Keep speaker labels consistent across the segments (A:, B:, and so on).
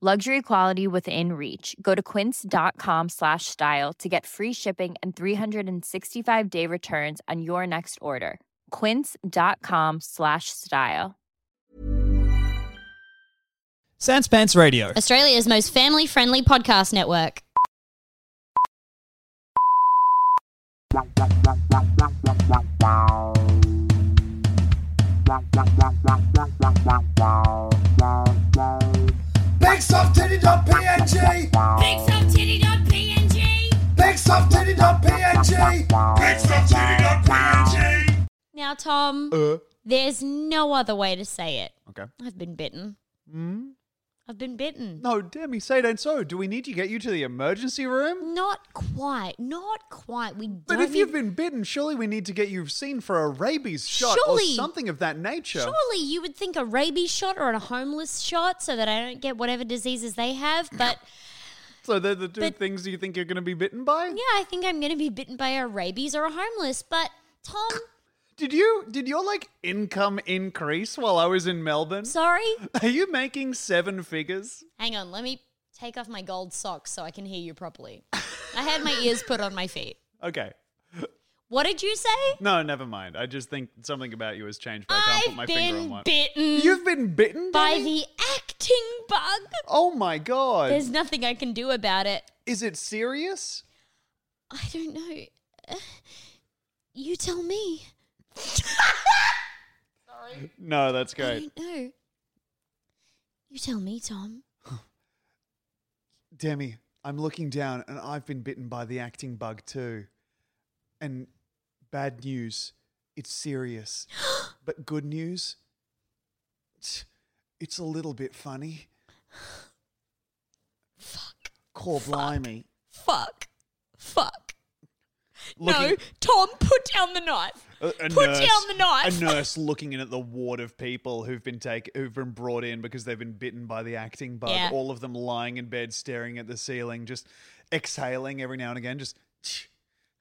A: Luxury quality within reach. Go to quince.com slash style to get free shipping and 365 day returns on your next order. Quince.com slash style.
B: Sans Pants Radio.
C: Australia's most family friendly podcast network.
D: BigSoftTitty.png
E: PNG.
D: BigSoftTitty.png BigSoftTitty.png
C: Now, Tom,
B: Uh,
C: there's no other way to say it.
B: okay.
C: I've been bitten.
B: Mm?
C: I've been bitten.
B: No, damn, you say it ain't so. Do we need to get you to the emergency room?
C: Not quite. Not quite. We don't
B: But if you've
C: need-
B: been bitten, surely we need to get you seen for a rabies shot
C: Surely.
B: or something of that nature.
C: Surely you would think a rabies shot or a homeless shot so that I don't get whatever diseases they have, but
B: So they're the two
C: But-
B: things you think you're going to be bitten by?
C: yeah, I think I'm going to be bitten by a rabies or a homeless. But Tom,
B: Did you did your like income increase while I was in Melbourne?
C: sorry.
B: Are you making seven figures?
C: Hang on, let me take off my gold socks so I can hear you properly. I had my ears put on my feet.
B: Okay.
C: What did you say?
B: No, never mind. I just think something about you has changed, but I can't put my
C: I've
B: finger on
C: been
B: what.
C: bitten
B: You've been bitten
C: by
B: Danny?
C: the acting bug.
B: Oh my god.
C: There's nothing I can do about it.
B: Is it serious?
C: I don't know. You tell me.
B: No, that's
C: I
B: great.
C: don't know. You tell me, Tom.
B: Demi, I'm looking down and I've been bitten by the acting bug too. And bad news, it's serious. but good news, it's- it's a little bit funny.
C: Fuck.
B: Core blimey.
C: Fuck. Fuck.
B: Looking-
C: No, Tom, put down the knife.
B: A, a
C: Put
B: nurse,
C: down the knife.
B: A nurse looking in at the ward of people who've been take, who've been brought in because they've been bitten by the acting bug.
C: Yeah.
B: All of them lying in bed, staring at the ceiling, just exhaling every now and again.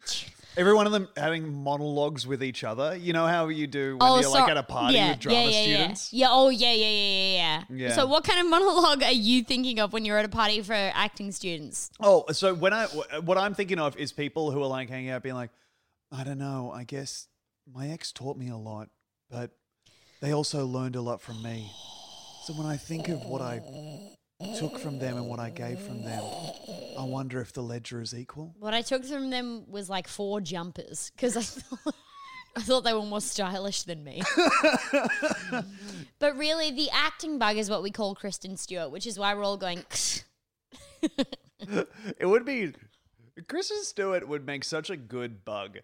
B: Just every one of them having monologues with each other. You know how you do when you're like
C: so-
B: at a party
C: Oh, yeah,
B: with drama
C: yeah, yeah,
B: students.
C: Yeah. yeah. Oh, yeah, yeah, yeah, yeah, yeah.
B: Yeah.
C: So, what kind of monologue are you thinking of when you're at a party for acting students?
B: Oh, so when I wh- what I'm thinking of is people who are like hanging out, being like, I don't know. I guess my ex taught me a lot, but they also learned a lot from me. So when I think of what I took from them and what I gave from them, I wonder if the ledger is equal.
C: What I took from them was like four jumpers because I thought, I thought they were more stylish than me. but really, the acting bug is what we call Kristen Stewart, which is why we're all going.
B: It would be. Kristen Stewart would make such a good bug.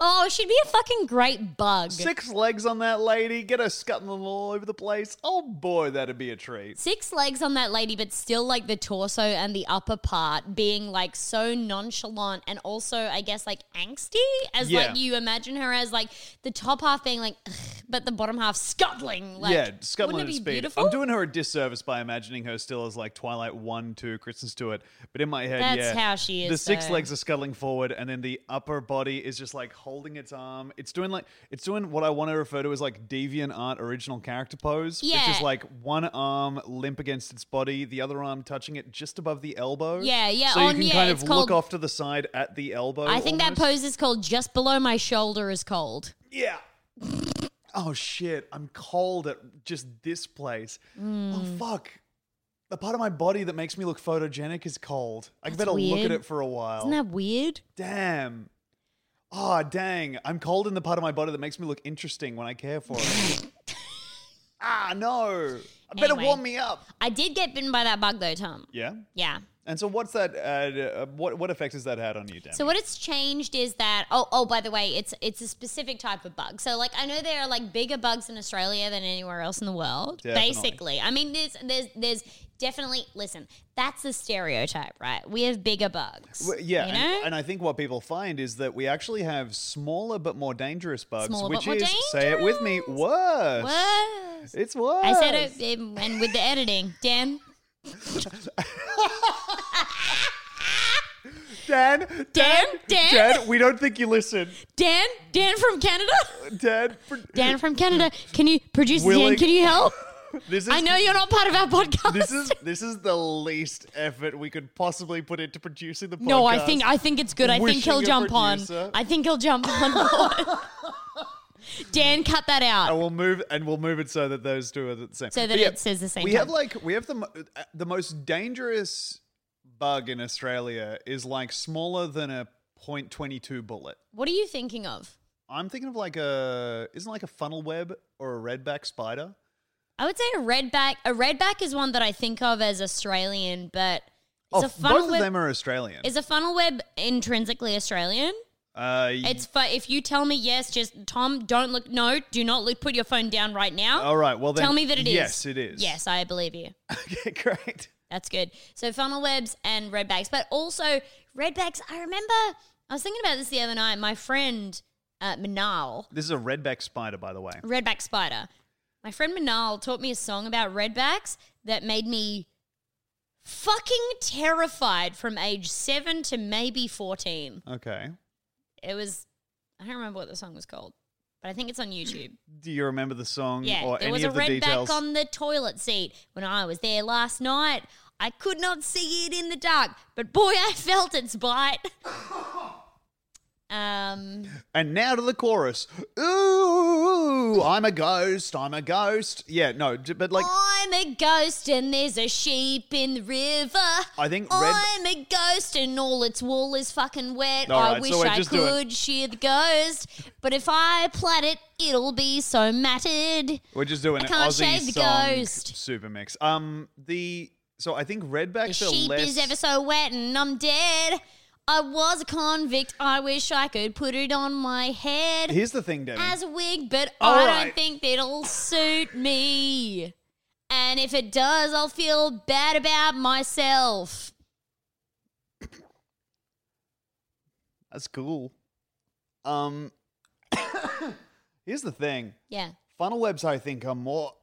C: Oh, she'd be a fucking great bug.
B: Six legs on that lady, get her scuttling all over the place. Oh boy, that'd be a treat.
C: Six legs on that lady, but still like the torso and the upper part being like so nonchalant and also, I guess, like angsty. As
B: Yeah.
C: like you imagine her as like the top half being like, "Ugh," but the bottom half scuttling. Like,
B: yeah, scuttling
C: wouldn't
B: at
C: it be
B: speed.
C: beautiful?
B: I'm doing her a disservice by imagining her still as like Twilight 1, 2, Kristen Stewart. But in my head,
C: That's
B: yeah.
C: how she is,
B: The six
C: though.
B: legs are scuttling forward, and then the upper body is just like holding its arm. It's doing like, it's doing what I want to refer to as like deviant art original character pose, which
C: Yeah.
B: is like one arm limp against its body, the other arm touching it just above the elbow.
C: Yeah, yeah,
B: So you
C: on-
B: can
C: yeah,
B: kind
C: it's
B: of
C: called-
B: look off to the side at the elbow.
C: I think that
B: almost.
C: pose is called Just Below My Shoulder is Cold.
B: Yeah.
C: Mm.
B: Oh shit! I'm cold at just this place. Oh fuck! the part of my body that makes me look photogenic is cold. I better look
C: weird.
B: at it for a while.
C: Isn't that weird?
B: Damn. Ah, dang. I'm cold in the part of my body that makes me look interesting when I care for it. ah, no. I better
C: Anyway.
B: warm me up.
C: I did get bitten by that bug though, Tom.
B: Yeah.
C: Yeah.
B: And so, what's that? Uh, uh, what what effects has that had on you, Dan?
C: So what it's changed is that oh oh by the way it's it's a specific type of bug. So like I know there are like bigger bugs in Australia than anywhere else in the world.
B: Definitely.
C: Basically, I mean there's there's there's definitely listen that's a stereotype, right? We have bigger bugs.
B: Well, yeah,
C: you
B: and,
C: know?
B: and I think what people find is that we actually have smaller but more dangerous bugs,
C: Smaller but
B: which
C: more
B: is say it with me,
C: dangerous.
B: worse.
C: Worse.
B: It's worse.
C: I said it, um, and with the editing, Dan.
B: Dan, Dan,
C: Dan?
B: Dan. We don't think you listen,
C: Dan, Dan from Canada,
B: Dan. pr-
C: Dan from Canada. Can you produce Dan?
B: Willing-
C: Can you help?
B: This is
C: I know you're not part of our podcast.
B: this is this is the least effort we could possibly put into producing the podcast.
C: No, I think I think it's good. I think
B: Wishing
C: he'll
B: a
C: jump on.
B: producer.
C: I think he'll jump on board. Dan, cut that out.
B: And we'll move and we'll move it so that those two are the same.
C: So that
B: But
C: it says the same
B: We
C: time.
B: have like we have the mo- uh, the most dangerous bug in Australia is like smaller than a .22 bullet.
C: What are you thinking of?
B: I'm thinking of like a isn't like a funnel web or a redback spider.
C: I would say a redback. A redback is one that I think of as Australian, but
B: Oh,
C: is a funnel
B: both
C: web
B: of them are Australian.
C: is a funnel web intrinsically Australian?
B: uh, y-
C: It's fu- if you tell me yes, just Tom, don't look. No, do not look. Put your phone down right now.
B: all right. Oh, Well, then
C: Tell me that it is.
B: Yes, it is.
C: Yes, I believe you.
B: okay, great.
C: That's good. So funnel webs and redbacks, but also redbacks. I remember I was thinking about this the other night. My friend uh, Manal,
B: This is a redback spider, by the way.
C: redback spider. My friend Manal taught me a song about redbacks that made me fucking terrified from age seven to maybe fourteen.
B: Okay.
C: It was I don't remember what the song was called, but I think it's on YouTube.
B: Do you remember the song
C: Yeah,
B: or
C: there
B: any
C: was a
B: of the
C: redback
B: details?
C: on the toilet seat when I was there last night. I could not see it in the dark, but boy, I felt its bite. um,
B: And now to the chorus. Ooh, I'm a ghost. I'm a ghost. Yeah, no, j- but like
C: I'm a ghost and there's a sheep in the river.
B: I think red.
C: I'm a ghost and all its wool is fucking wet.
B: All
C: I
B: right,
C: wish
B: so wait,
C: I
B: just do it.
C: could shear the ghost, but if I plait it, it'll be so matted.
B: We're just doing
C: I
B: an
C: can't
B: Aussie
C: shave the
B: song
C: ghost.
B: super mix. Um, the so I think
C: The
B: redbacks are
C: sheep
B: less.
C: is ever so wet and I'm dead. I was a convict. I wish I could put it on my head
B: Here's the thing, Debbie.
C: as a wig, but
B: All
C: I don't
B: right.
C: think it'll suit me. And if it does, I'll feel bad about myself.
B: That's cool. Um, here's the thing.
C: Yeah.
B: Funnel webs, I think, are more.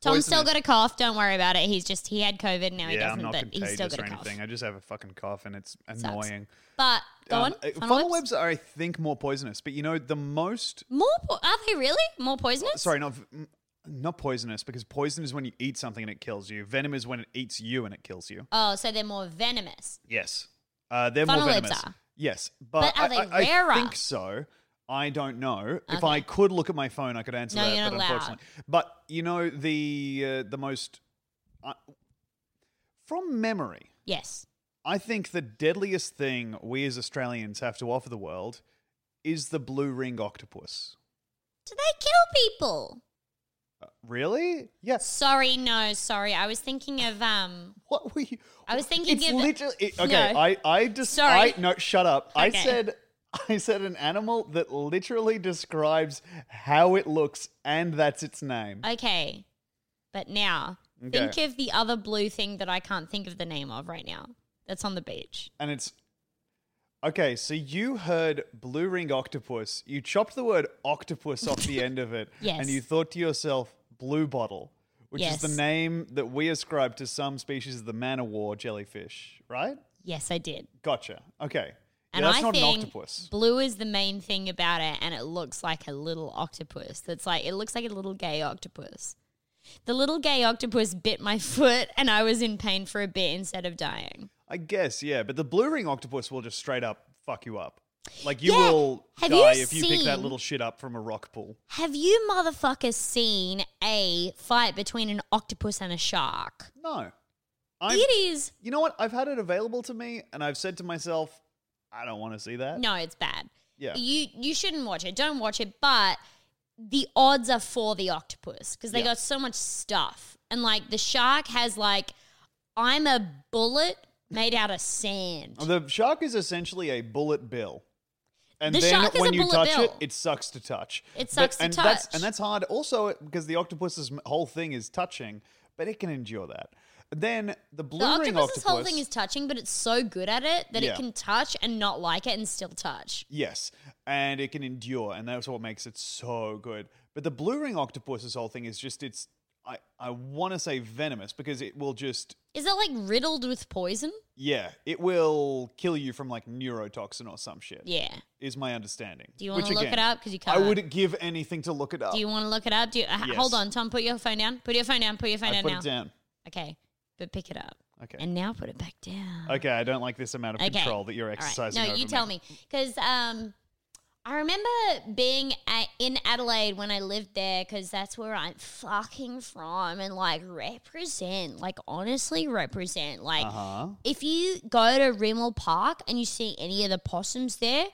C: Tom's still
B: Poisonous.
C: got a cough. Don't worry about it. He's just, he had COVID. Now he
B: yeah, I'm
C: doesn't,
B: not
C: but he's
B: contagious
C: still got
B: or
C: a cough.
B: anything. I just have a fucking cough, and it's
C: Sucks.
B: annoying.
C: But go
B: Um,
C: on.
B: uh,
C: Funnel,
B: funnel
C: webs?
B: webs are, I think, more poisonous. But you know, the most
C: More, po- are they really? More poisonous?
B: Sorry, not v- not poisonous because poison is when you eat something and it kills you. Venom is when it eats you and it kills you.
C: Oh, so they're more venomous.
B: Yes, uh, they're
C: Funnel
B: more
C: webs
B: venomous.
C: are.
B: Yes, but,
C: But are
B: I-
C: they
B: I, I
C: rarer?
B: think so. I don't know. If
C: Okay.
B: I could look at my phone, I could answer
C: No,
B: that.
C: you're not
B: but
C: allowed.
B: unfortunately, but you know the uh, the most uh, from memory.
C: Yes.
B: I think the deadliest thing we as Australians have to offer the world is the blue ring octopus.
C: Do they kill people?
B: Uh, really? Yes.
C: Sorry, no, sorry. I was thinking of um.
B: What were you?
C: I was thinking
B: It's
C: of-
B: literally it- okay.
C: No.
B: I I just
C: Sorry.
B: I, no, shut up. I
C: Okay.
B: said I said an animal that literally describes how it looks, and that's its name.
C: Okay, but now
B: Okay.
C: think of the other blue thing that I can't think of the name of right now. That's on the beach.
B: and it's okay. So you heard blue ring octopus. You chopped the word octopus off the end of it,
C: Yes.
B: and you thought to yourself, blue bottle. Which
C: Yes.
B: is the name that we ascribe to some species of the man o' war jellyfish, right?
C: Yes, I did.
B: Gotcha. Okay.
C: And
B: yeah, that's
C: I
B: not
C: think
B: an octopus.
C: blue is the main thing about it, and it looks like a little octopus. That's like it looks like a little gay octopus. The little gay octopus bit my foot, and I was in pain for a bit instead of dying.
B: I guess, yeah. But the blue ring octopus will just straight up fuck you up. Like you
C: Yeah.
B: will
C: Have you
B: die if you pick that
C: seen-
B: little shit up from a rock pool.
C: Have you motherfuckers seen a fight between an octopus and a shark?
B: No. I've,
C: it is.
B: You know what? I've had it available to me, and I've said to myself, I don't want to see that.
C: No, it's bad.
B: Uh, Yeah.
C: You you shouldn't watch it. Don't watch it, but the odds are for the octopus because they
B: Yeah.
C: got so much stuff. And like the shark has like I'm a bullet made out of sand.
B: Oh, The shark is essentially a bullet bill. And
C: The
B: then
C: shark is
B: when
C: a
B: you
C: bullet
B: touch it,
C: bill.
B: it sucks to touch.
C: It sucks to
B: and That's,
C: touch.
B: and that's hard also because the octopus's m- whole thing is touching, but it can endure that. Then the blue
C: the
B: ring
C: octopus's
B: octopus.
C: whole thing is touching, but it's so good at it that
B: Yeah.
C: it can touch and not like it and still touch.
B: yes, and it can endure, and that's what makes it so good. But the blue ring octopus's whole thing is just it's. I, I want to say venomous because it will just
C: Is it like riddled with poison?
B: yeah it will kill you from like neurotoxin or some shit
C: Yeah.
B: is my understanding.
C: Do you want
B: Which
C: to look
B: again,
C: it up? Because you
B: I
C: can't.
B: would give anything to look it up.
C: Do you want to look it up? Do you, h-
B: Uh, Yes.
C: hold on, Tom? Put your phone down. Put your phone down. Put your phone
B: I
C: down
B: put
C: now.
B: it down.
C: Okay, but pick it up.
B: Okay.
C: And now put it back down.
B: Okay, I don't like this amount of
C: Okay.
B: control that you're
C: All right.
B: exercising.
C: No,
B: over
C: you tell me because um, I remember being at, in Adelaide when I lived there because that's where I'm fucking from and like represent, like honestly represent, like.
B: Uh huh.
C: If you go to Rimmel Park and you see any of the possums there,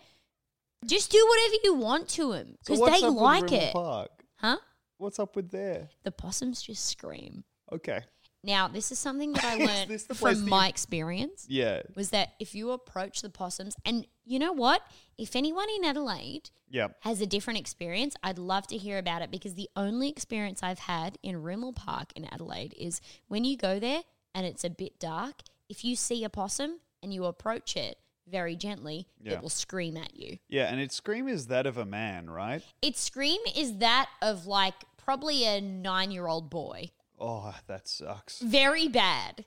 C: just do whatever you want to them
B: So
C: because
B: what's
C: they
B: up with
C: like
B: Rimmel
C: it,
B: Park?
C: huh?
B: What's up with there?
C: The possums just scream.
B: Okay.
C: Now, this is something that I
B: Is
C: learned
B: this the place that
C: from
B: you-
C: my experience
B: Yeah.
C: was that if you approach the possums, and you know what? If anyone in Adelaide
B: Yeah.
C: has a different experience, I'd love to hear about it because the only experience I've had in Rimmel Park in Adelaide is when you go there and it's a bit dark, if you see a possum and you approach it very gently,
B: Yeah.
C: it will scream at you.
B: Yeah, and its scream is that of a man, right?
C: Its scream is that of like probably a nine year old boy.
B: Oh, that sucks.
C: Very bad.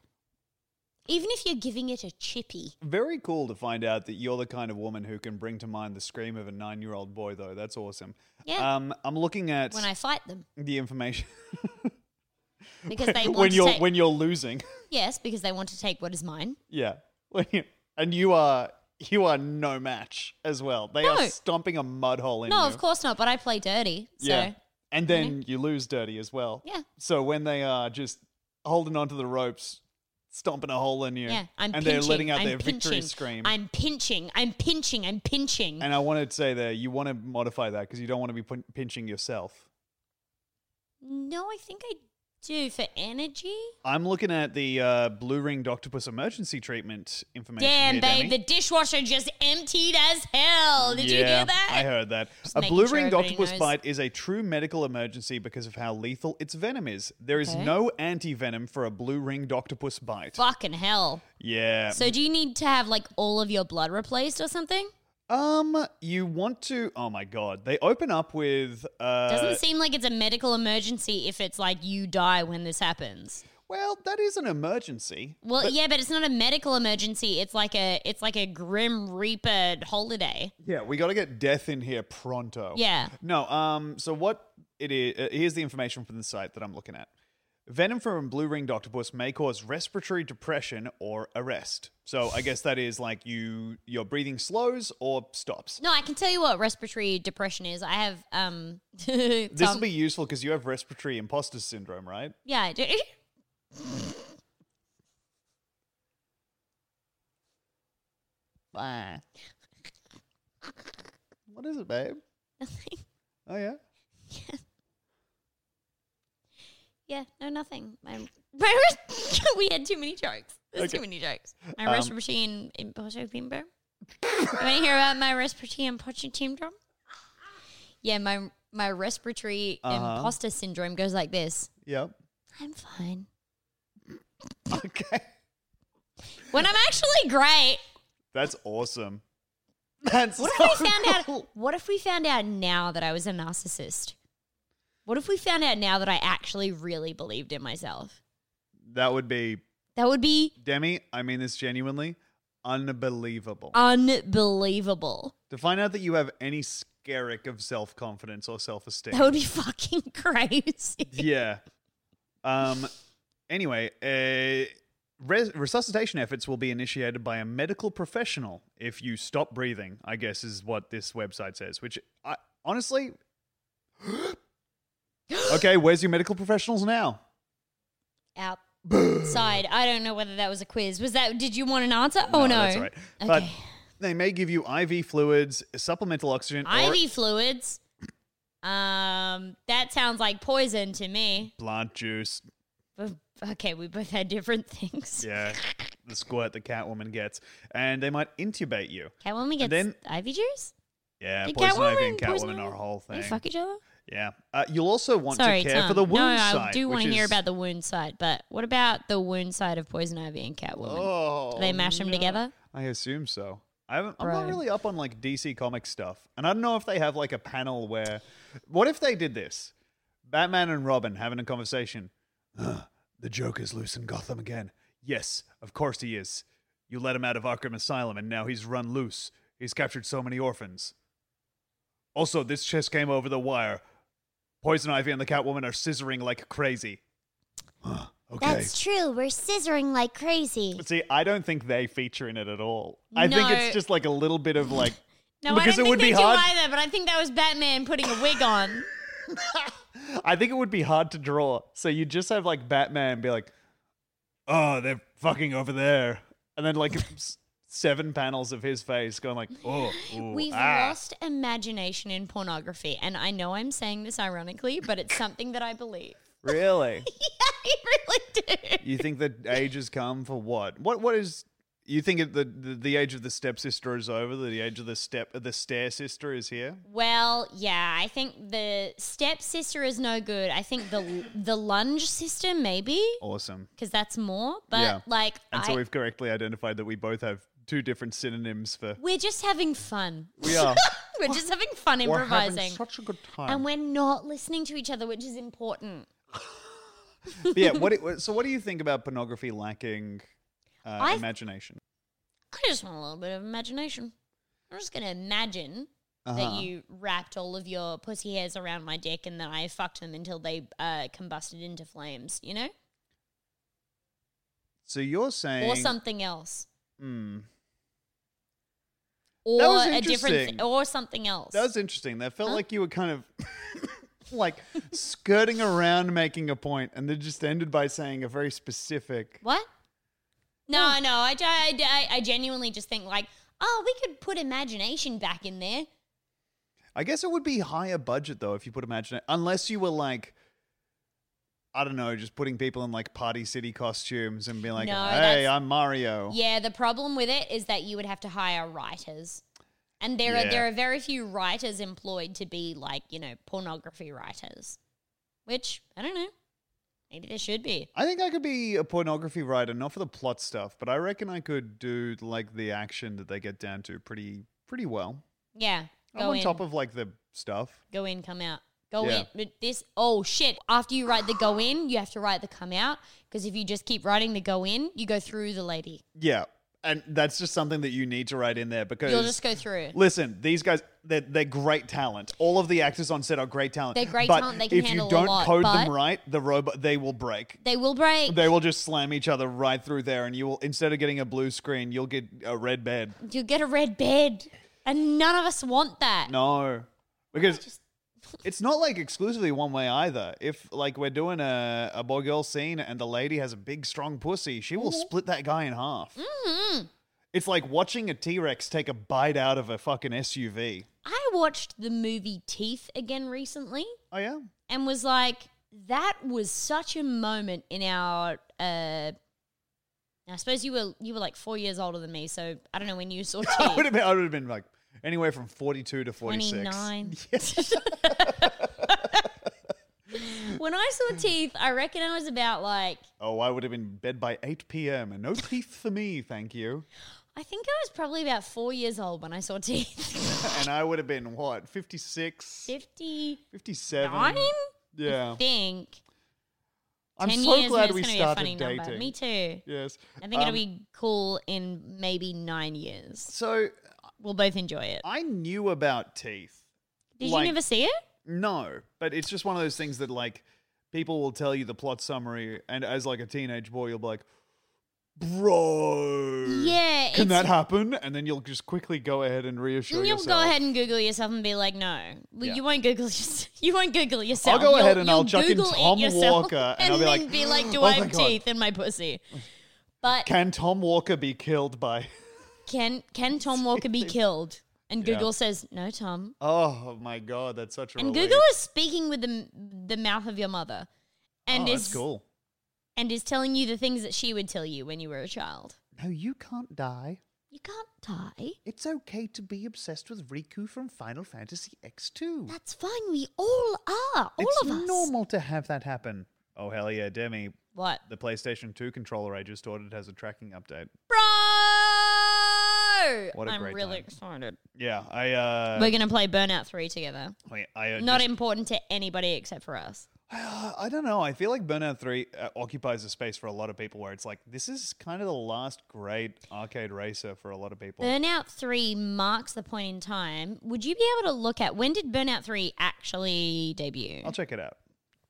C: Even if you're giving it a chippy.
B: Very cool to find out that you're the kind of woman who can bring to mind the scream of a nine year old boy, though. That's awesome.
C: Yeah.
B: Um, I'm looking at
C: when I fight them.
B: the information
C: Because they want
B: when
C: to
B: you're
C: take,
B: when you're losing.
C: Yes, because they want to take what is mine.
B: Yeah. When you- and you are you are no match as well. They
C: No.
B: are stomping a mud hole in
C: No,
B: you.
C: of course not, but I play dirty. So
B: Yeah. And then you lose dirty as well.
C: Yeah.
B: So when they are just holding onto the ropes, stomping a hole in you.
C: yeah, I'm
B: and
C: pinching.
B: they're letting out
C: I'm
B: their
C: pinching,
B: victory scream.
C: I'm pinching. I'm pinching. I'm pinching.
B: and I wanted to say there, you want to modify that because you don't want to be pin- pinching yourself.
C: no, I think I do for energy.
B: I'm looking at the uh, blue ringed octopus emergency treatment information.
C: Damn,
B: here,
C: babe,
B: Demi.
C: the dishwasher just emptied as hell. Did you hear that?
B: I heard that.
C: Just
B: a
C: making
B: blue
C: sure
B: ringed
C: everybody
B: octopus
C: knows.
B: bite is a true medical emergency because of how lethal its venom is. There is
C: Okay.
B: no anti venom for a blue ringed octopus bite.
C: Fucking hell.
B: Yeah.
C: So do you need to have like all of your blood replaced or something?
B: um, you want to? Oh my god! They open up with uh.
C: Doesn't seem like it's a medical emergency if it's like you die when this happens.
B: well, that is an emergency.
C: Well, yeah, but it's not a medical emergency. It's like a it's like a grim reaper holiday.
B: Yeah, we got to get death in here pronto.
C: Yeah.
B: No, um, so what it is, uh, here's the information from the site that I'm looking at. Venom from blue ringed octopus may cause respiratory depression or arrest. So I guess that is like you your breathing slows or stops.
C: No, I can tell you what respiratory depression is. I have um
B: this
C: Tom-
B: will be useful because you have respiratory imposter syndrome, right?
C: Yeah, I do.
B: What is it, babe? Oh yeah.
C: yeah, no nothing. My, my res- we had too many jokes. There's
B: Okay.
C: too many jokes. My
B: Um,
C: respiratory in- imposter syndrome. You want to hear about my respiratory imposter syndrome? Yeah, my my respiratory
B: Uh-huh.
C: imposter syndrome goes like this.
B: Yep.
C: I'm fine.
B: Okay.
C: When I'm actually great.
B: That's awesome. That's
C: What
B: so
C: if we found
B: cool.
C: out? What if we found out now that I was a narcissist? What if we found out now that I actually really believed in myself?
B: that would be
C: That would be
B: Demi, I mean this genuinely, unbelievable.
C: Um, unbelievable.
B: to find out that you have any skerrick of self confidence or self esteem.
C: That would be fucking crazy.
B: yeah. Um. Anyway, uh, Res- resuscitation efforts will be initiated by a medical professional if you stop breathing, I guess is what this website says, which I honestly Okay, where's your medical professionals now?
C: Outside. I don't know whether that was a quiz. Was that? Did you want an answer? oh no.
B: That's all right. But they may give you IV fluids, supplemental oxygen, or
C: IV fluids. Um, that sounds like poison to me.
B: plant juice.
C: But- Okay, we both had different things.
B: Yeah. The squirt the Catwoman gets. And they might intubate you.
C: Catwoman gets
B: then-
C: IV juice.
B: Yeah,
C: Did
B: poison IV and
C: Catwoman- poison
B: Catwoman are a whole
C: They
B: thing.
C: fuck each other.
B: Yeah. Uh, you'll also want
C: Sorry,
B: to care
C: Tom.
B: for the wound
C: no, I
B: site,
C: do want
B: which
C: to hear
B: is-
C: about the wound side, but what about the wound side of poison ivy and Catwoman?
B: Oh,
C: Do they mash them
B: no.
C: together?
B: I assume so. I haven't, I'm
C: Bro.
B: not really up on like DC comic stuff, and I don't know if they have like a panel where. What if they did this? Batman and Robin having a conversation. Ugh, the Joker's loose in Gotham again. Yes, of course he is. You let him out of Arkham Asylum, and now he's run loose. He's captured so many orphans. Also, this chest came over the wire. Poison Ivy and the Catwoman are scissoring like crazy. Ugh, okay.
E: That's true. We're scissoring like crazy.
B: But See, I don't think they feature in it at all. I think
C: No.
B: it's just like a little bit of like
C: No, I
B: because
C: don't
B: it
C: think
B: would
C: they
B: be
C: do
B: hard.
C: either, but I think that was Batman putting a wig on.
B: I think it would be hard to draw. So you just have like Batman be like, "Oh, they're fucking over there," and then like s- seven panels of his face going like, "Oh, ooh,
C: We've
B: ah."
C: lost imagination in pornography, and I know I'm saying this ironically, but it's something that I believe.
B: Really?
C: I really do.
B: you think the age has come for what? What? What is? You think it- the, the the age of the stepsister is over? The age of the step the stair sister is here?
C: Well, yeah, I think the stepsister is no good. I think the the lunge sister maybe
B: Awesome.
C: because that's more, but
B: Yeah.
C: like
B: And
C: I,
B: so we've correctly identified that we both have two different synonyms for
C: we're just having fun.
B: we are
C: We're just having fun improvising.
B: such a good time.
C: And we're not listening to each other, which is important.
B: But yeah. What? It, so what do you think about pornography lacking uh,
C: I-
B: imagination?
C: I just want a little bit of imagination. I'm just going to imagine
B: Uh-huh.
C: that you wrapped all of your pussy hairs around my dick and that I fucked them until they uh, combusted into flames, you know?
B: So you're saying
C: Or something else.
B: Hmm.
C: Or
B: was
C: a different
B: interesting.
C: thi- or something else.
B: that was interesting. That felt like you were kind of like skirting around making a point, and then just ended by saying a very specific.
C: What?
B: Oh.
C: No, no, I, ge- I, ge- I, I genuinely just think like, oh, we could put imagination back in there.
B: I guess it would be higher budget though if you put imagine unless you were like. I don't know, just putting people in like party city costumes and being like,
C: No,
B: "Hey,
C: that's-
B: I'm Mario."
C: Yeah, the problem with it is that you would have to hire writers. And there are
B: Yeah.
C: there are very few writers employed to be like, you know, pornography writers. Which I don't know. Maybe there should be.
B: I think I could be a pornography writer, not for the plot stuff, but I reckon I could do like the action that they get down to pretty pretty well.
C: Yeah.
B: I'm
C: Go
B: on
C: in,
B: top of like the stuff.
C: go in, come out. Go
B: Yeah.
C: in. But this oh shit. After you write the go in, you have to write the come out. Because if you just keep writing the go in, you go through the lady.
B: Yeah. And that's just something that you need to write in there because
C: You'll just go through.
B: Listen, these guys, they're, they're great talent. All of the actors on set are great talent.
C: They're great
B: but
C: talent, they can
B: if
C: handle a
B: you don't
C: lot,
B: code
C: but-
B: them right, the robot they will break.
C: They will break.
B: They will just slam each other right through there, and you will instead of getting a blue screen, you'll get a red bed.
C: You'll get a red bed. And none of us want that.
B: No, because it's not like exclusively one way either. If like we're doing a, a boy girl scene and the lady has a big strong pussy, she
C: Mm-hmm.
B: will split that guy in half. It's like watching a T Rex take a bite out of a fucking SUV.
C: I watched the movie Teeth again recently
B: Oh yeah,
C: and was like, that was such a moment in our. Uh, I suppose you were you were like four years older than me, so I don't know when you saw
B: I would
C: Teeth.
B: have been. I would have been like anywhere from forty two to forty
C: Twenty
B: six.
C: nine.
B: Yes.
C: when I saw Teeth, I reckon I was about like
B: Oh, I would have been in bed by eight p.m. and no teeth for me, thank you.
C: I think I was probably about four years old when I saw Teeth.
B: And I would have been what 56,
C: Fifty
B: 57?
C: nine,
B: Yeah,
C: I think.
B: I'm
C: Ten
B: so
C: years,
B: glad
C: it's
B: we
C: gonna
B: started
C: be a funny
B: dating.
C: Number. Me too.
B: Yes.
C: I think it'll
B: Um,
C: be cool in maybe nine years.
B: So
C: We'll both enjoy it.
B: I knew about teeth.
C: Did
B: like-
C: you never see it?
B: No, but it's just one of those things that like people will tell you the plot summary, and as like a teenage boy, you'll be like, bro.
C: Yeah,
B: Can
C: it's-
B: that happen? And then you'll just quickly go ahead and reassure
C: You'll
B: yourself.
C: go ahead and Google yourself and be like, no, well,
B: Yeah.
C: you won't Google yourself. You won't Google yourself.
B: go
C: You'll-
B: ahead and
C: you'll
B: I'll chuck in
C: Google it
B: Tom
C: yourself
B: Walker
C: and
B: and I'll be
C: then
B: like,
C: be like, do
B: "Oh
C: I
B: my
C: have
B: God."
C: teeth in my pussy? But
B: Can Tom Walker be killed by?
C: can can Tom Walker be killed? And
B: Yeah.
C: Google says no, Tom.
B: Oh my god, that's such a.
C: And
B: relief.
C: Google is speaking with the m- the mouth of your mother, and
B: oh,
C: is
B: that's cool.
C: and is telling you the things that she would tell you when you were a child.
B: No, you can't die.
C: You can't die.
B: It's okay to be obsessed with Riku from Final Fantasy X2.
E: That's fine. We all are. All
B: it's
E: of us.
B: normal to have that happen. Oh hell yeah, Demi.
C: What,
B: The PlayStation 2 controller I just ordered has a tracking update.
C: bro?
B: What a
C: I'm
B: great
C: really
B: time.
C: excited.
B: Yeah, I uh
C: We're gonna play Burnout Three together.
B: wait, I uh,
C: Not
B: just-
C: important to anybody except for us.
B: I don't know. I feel like Burnout 3 uh, occupies a space for a lot of people where it's like this is kind of the last great arcade racer for a lot of people.
C: Burnout Three marks the point in time. Would you be able to look at when did Burnout Three actually debut?
B: I'll check it out.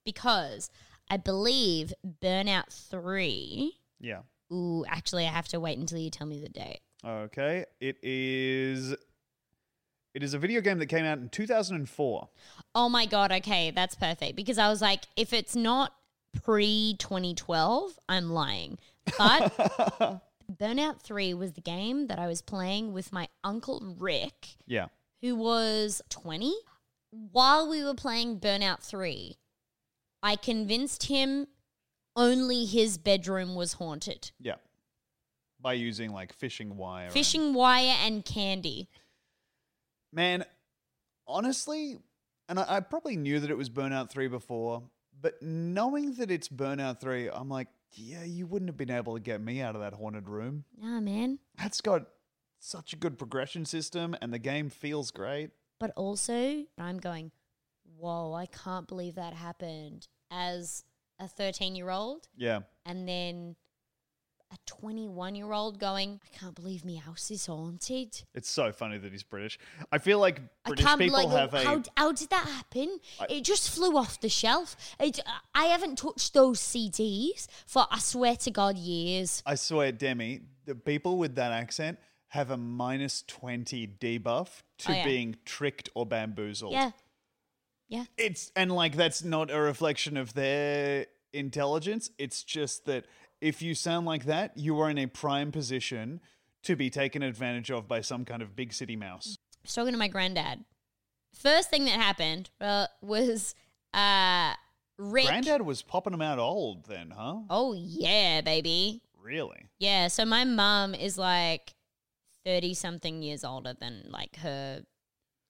C: because I believe Burnout Three.
B: Yeah.
C: Ooh, actually, I have to wait until you tell me the date.
B: Okay. It is it is a video game that came out in 2004.
C: Oh my god, okay, that's perfect because I was like, if it's not pre 2012, I'm lying. But Burnout 3 was the game that I was playing with my uncle Rick,
B: Yeah.
C: who was 20. While we were playing Burnout 3, I convinced him only his bedroom was haunted.
B: Yeah. By using like fishing wire. and-
C: Fishing wire and candy.
B: Man, honestly, and I, I probably knew that it was Burnout 3 before, but knowing that it's Burnout 3, I'm like, yeah, you wouldn't have been able to get me out of that haunted room.
C: Nah, man.
B: That's got such a good progression system and the game feels great.
C: but also I'm going, whoa, I can't believe that happened as a 13 year old.
B: Yeah.
C: And then a 21 year old going, I can't believe my house is haunted.
B: It's so funny that he's British. I feel like
C: I
B: British
C: can't
B: people
C: believe
B: have a
C: how, how did that happen? it just flew off the shelf. It, I haven't touched those CDs for, I swear to God, years.
B: I swear, Demi, the people with that accent have a minus 20 debuff to
C: Oh, yeah.
B: being tricked or bamboozled.
C: Yeah. Yeah.
B: It's and like that's not a reflection of their intelligence. It's just that if you sound like that, you are in a prime position to be taken advantage of by some kind of big city mouse.
C: I was talking to my granddad. First thing that happened well, was uh, Rick.
B: Granddad was popping them out old then, huh?
C: Oh yeah, baby.
B: Really?
C: Yeah, so my mum is like 30 something years older than like her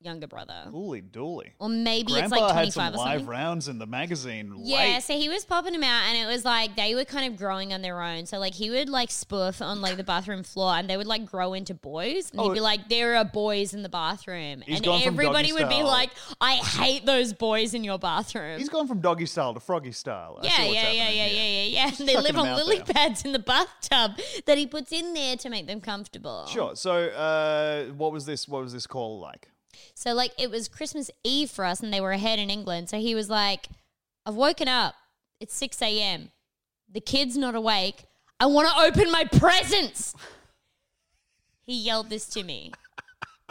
C: younger brother.
B: Ooly dooly.
C: Or Oh. maybe
B: Grandpa
C: it's like 25
B: had some
C: or
B: live
C: something.
B: rounds in the magazine.
C: yeah,
B: late.
C: so he was popping them out and it was like they were kind of growing on their own. So like he would like spoof on like the bathroom floor and they would like grow into boys and
B: Oh.
C: he'd be like there are boys in the bathroom
B: He's
C: and
B: gone from doggy
C: everybody would be
B: style.
C: like I hate those boys in your bathroom.
B: He's gone from doggy style to froggy style. I see
C: Yeah,
B: what's
C: yeah, yeah,
B: happening
C: yeah, yeah,
B: here.
C: yeah, yeah.
B: Just
C: And they
B: chucking
C: live
B: them
C: on
B: out
C: lily
B: there.
C: pads in the bathtub that he puts in there to make them comfortable.
B: Sure. So, uh, what was this? What was this call like?
C: So like it was Christmas Eve for us, and they were ahead in England. So he was like, "I've woken up. It's six a.m. The kid's not awake. I want to open my presents." He yelled this to me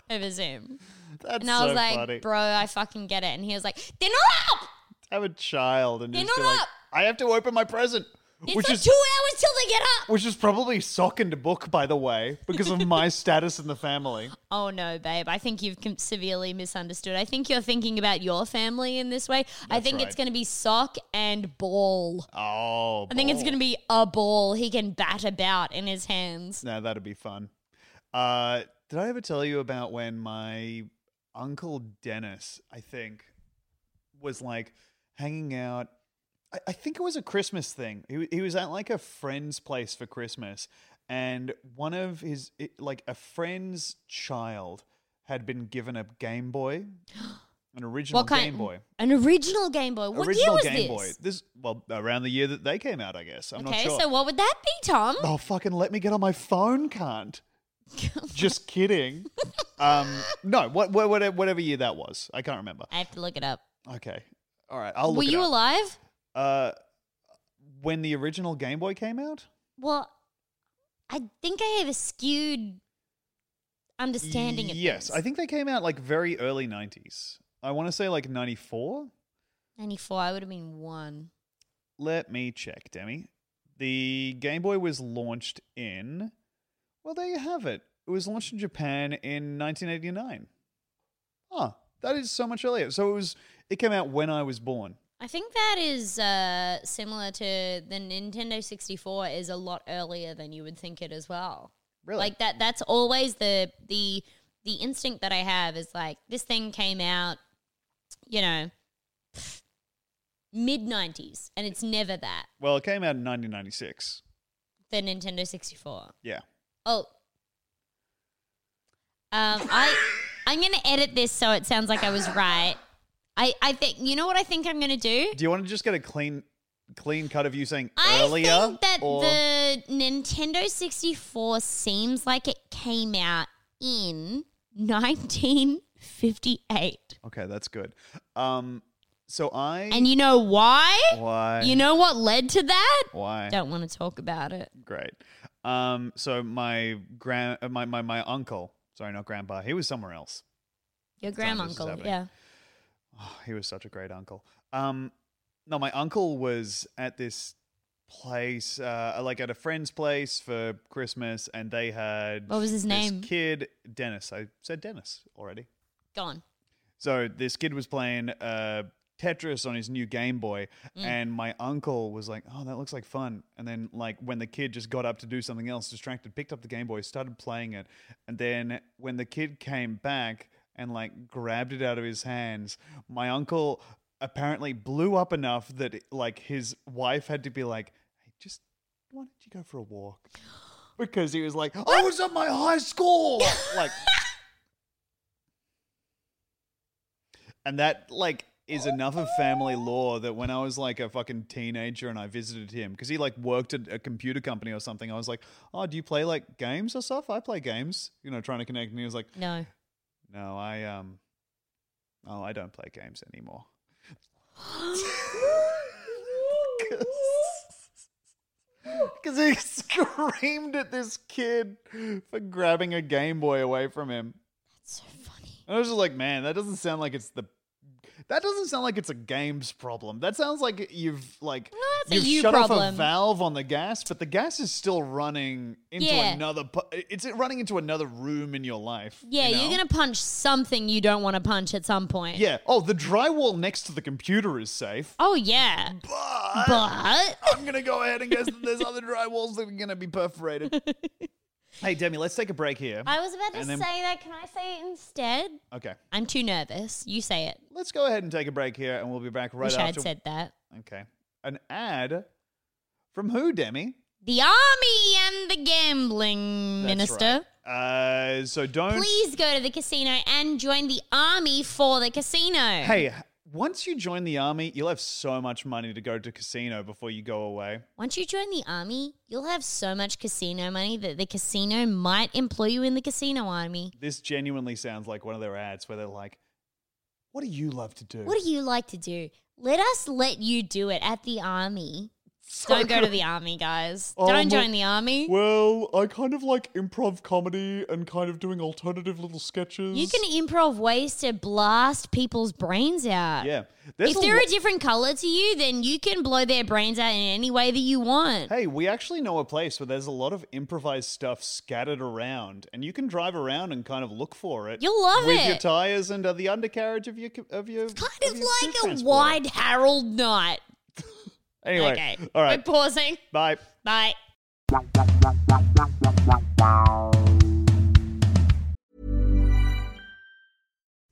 C: over Zoom,
B: That's
C: and
B: so
C: I was like,
B: funny.
C: "Bro, I fucking get it." And he was like, "They're not up.
B: have a child and
C: They're
B: just be
C: not
B: like,
C: up!
B: I have to open my present,
C: It's
B: which
C: like
B: is
C: two hours till they get up."
B: which is probably sock and a book, by the way, because of my status in the family.
C: Oh no, babe! I think you've com- severely misunderstood. I think you're thinking about your family in this way. I
B: That's
C: think
B: right.
C: it's going to be sock and ball.
B: Oh,
C: I think it's going to be a ball he can bat about in his hands.
B: Now that'd be fun. Uh, did I ever tell you about when my uncle Dennis, I think, was like hanging out? I, I think it was a Christmas thing. He, wa- he was at like a friend's place for Christmas, and one of his it, like a friend's child had been given a Game Boy, an original
C: What kind?
B: Game Boy.
C: An original Game Boy. What
B: original
C: year was
B: Game
C: this?
B: Boy. This well around the year that they came out, I guess. I'm
C: okay,
B: not sure.
C: so what would that be, Tom?
B: Oh, fucking let me get on my phone, can't. Just kidding. Um, no, what, what, what- whatever year that was, I can't remember.
C: I have to look it up.
B: Okay, all right, I'll look.
C: Were
B: it
C: you
B: up.
C: alive?
B: Uh, when the original Game Boy came out,
C: Well, I think I have a skewed understanding of
B: Yes,
C: things.
B: I think they came out like very early '90s. I want to say like '94.
C: 94, I would have been one.
B: Let me check, Demi. The Game Boy was launched in. Well, there you have it. It was launched in Japan in 1989. Huh. That is so much earlier. So it was. It came out when I was born.
C: I think that is uh, similar to the Nintendo 64 is a lot earlier than you would think it as well.
B: Really?
C: Like that that's always the the the instinct that I have is like this thing came out, you know, mid 90s and it's never that.
B: Well, it came out in 1996.
C: The Nintendo 64.
B: Yeah.
C: Oh. Um, I I'm gonna edit this so it sounds like I was right. I, I think you know what I think I'm gonna do?
B: Do you want to just get a clean, clean cut of you saying
C: I
B: earlier?
C: think that
B: or-
C: the Nintendo 64 seems like it came out in 1958.
B: Okay, that's good. Um, so I
C: And you know why?
B: why
C: You know what led to that?
B: why
C: Don't want to talk about it.
B: great. Um, so my grand uh, my, my my uncle, sorry, not grandpa, he was somewhere else.
C: Your
B: Sounds
C: grandma
B: just as
C: uncle,
B: happening.
C: yeah.
B: Oh, he was such a great uncle. Um, no, my uncle was at this place, uh, like at a friend's place for Christmas, and they had
C: What was his
B: this
C: name?
B: Kid Dennis. I said Dennis already.
C: Gone.
B: So this kid was playing uh, Tetris on his new Game Boy, and my uncle was like, "Oh, that looks like fun." And then, like, when the kid just got up to do something else, distracted, picked up the Game Boy, started playing it, and then when the kid came back and like grabbed it out of his hands, my uncle apparently blew up enough that like his wife had to be like, "Hey, just why don't you go for a walk?" Because he was like, "I was at my high school," like. And that like is enough of family law that when I was like a fucking teenager and I visited him because he like worked at a computer company or something, I was like, "Oh, do you play like games or stuff?" I play games, you know, trying to connect. And he was like,
C: No.
B: "No, I um, oh, I don't play games anymore." 'Cause he screamed at this kid for grabbing a Game Boy away from him.
C: So funny.
B: And I was just like, man, that doesn't sound like it's the that doesn't sound like it's a game's problem. That sounds like you've like
C: that's a
B: you've
C: you
B: shut off a
C: problem.
B: valve on the gas, but the gas is still running into
C: Yeah.
B: another. pu- It's running into another room in your life.
C: Yeah,
B: you
C: you are
B: know?
C: gonna punch something you don't want to punch at some point.
B: Yeah. Oh, the drywall next to the computer is safe,
C: Oh yeah.
B: but,
C: But
B: I'm gonna go ahead and guess that there's other drywalls that are gonna be perforated. hey, Demi, let's take a break here.
C: I was about
B: to And then- say
C: that. Can I say it instead?
B: okay,
C: I'm too nervous. You say it.
B: let's go ahead and take a break here, and we'll be back right
C: Wish
B: after.
C: I'd said that.
B: Okay. An ad from who, Demi?
C: The army and the gambling
B: That's
C: minister.
B: right. Uh, so don't.
C: Please go to the casino and join the army for the casino.
B: Hey, once you join the army, you'll have so much money to go to casino before you go away.
C: Once you join the army, you'll have so much casino money that the casino might employ you in the casino army.
B: This genuinely sounds like one of their ads where they're like, "What do you love to do?"
C: What do you like to do? Let us let you do it at the army. Don't go to the army, guys.
B: Oh,
C: Don't
B: my-
C: join the army.
B: Well, I kind of like improv comedy and kind of doing alternative little sketches.
C: You can improv ways to blast people's brains out.
B: Yeah. There's
C: if
B: a
C: they're
B: lo-
C: a different color to you, then you can blow their brains out in any way that you want.
B: Hey, we actually know a place where there's a lot of improvised stuff scattered around, and you can drive around and kind of look for it.
C: You'll love
B: with
C: it.
B: your tires and uh, the undercarriage of your co- of your.
C: kind of
B: your suit
C: like a
B: transporter.
C: wide Harold Knight.
B: Anyway,
C: okay.
B: all right,
C: We're pausing.
B: bye.
C: Bye.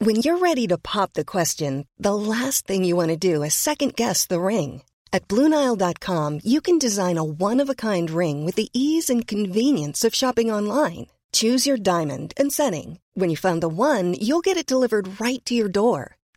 F: When you're ready to pop the question, the last thing you want to do is second guess the ring. At Bluenile.com, you can design a one of a kind ring with the ease and convenience of shopping online. Choose your diamond and setting. When you find the one, you'll get it delivered right to your door.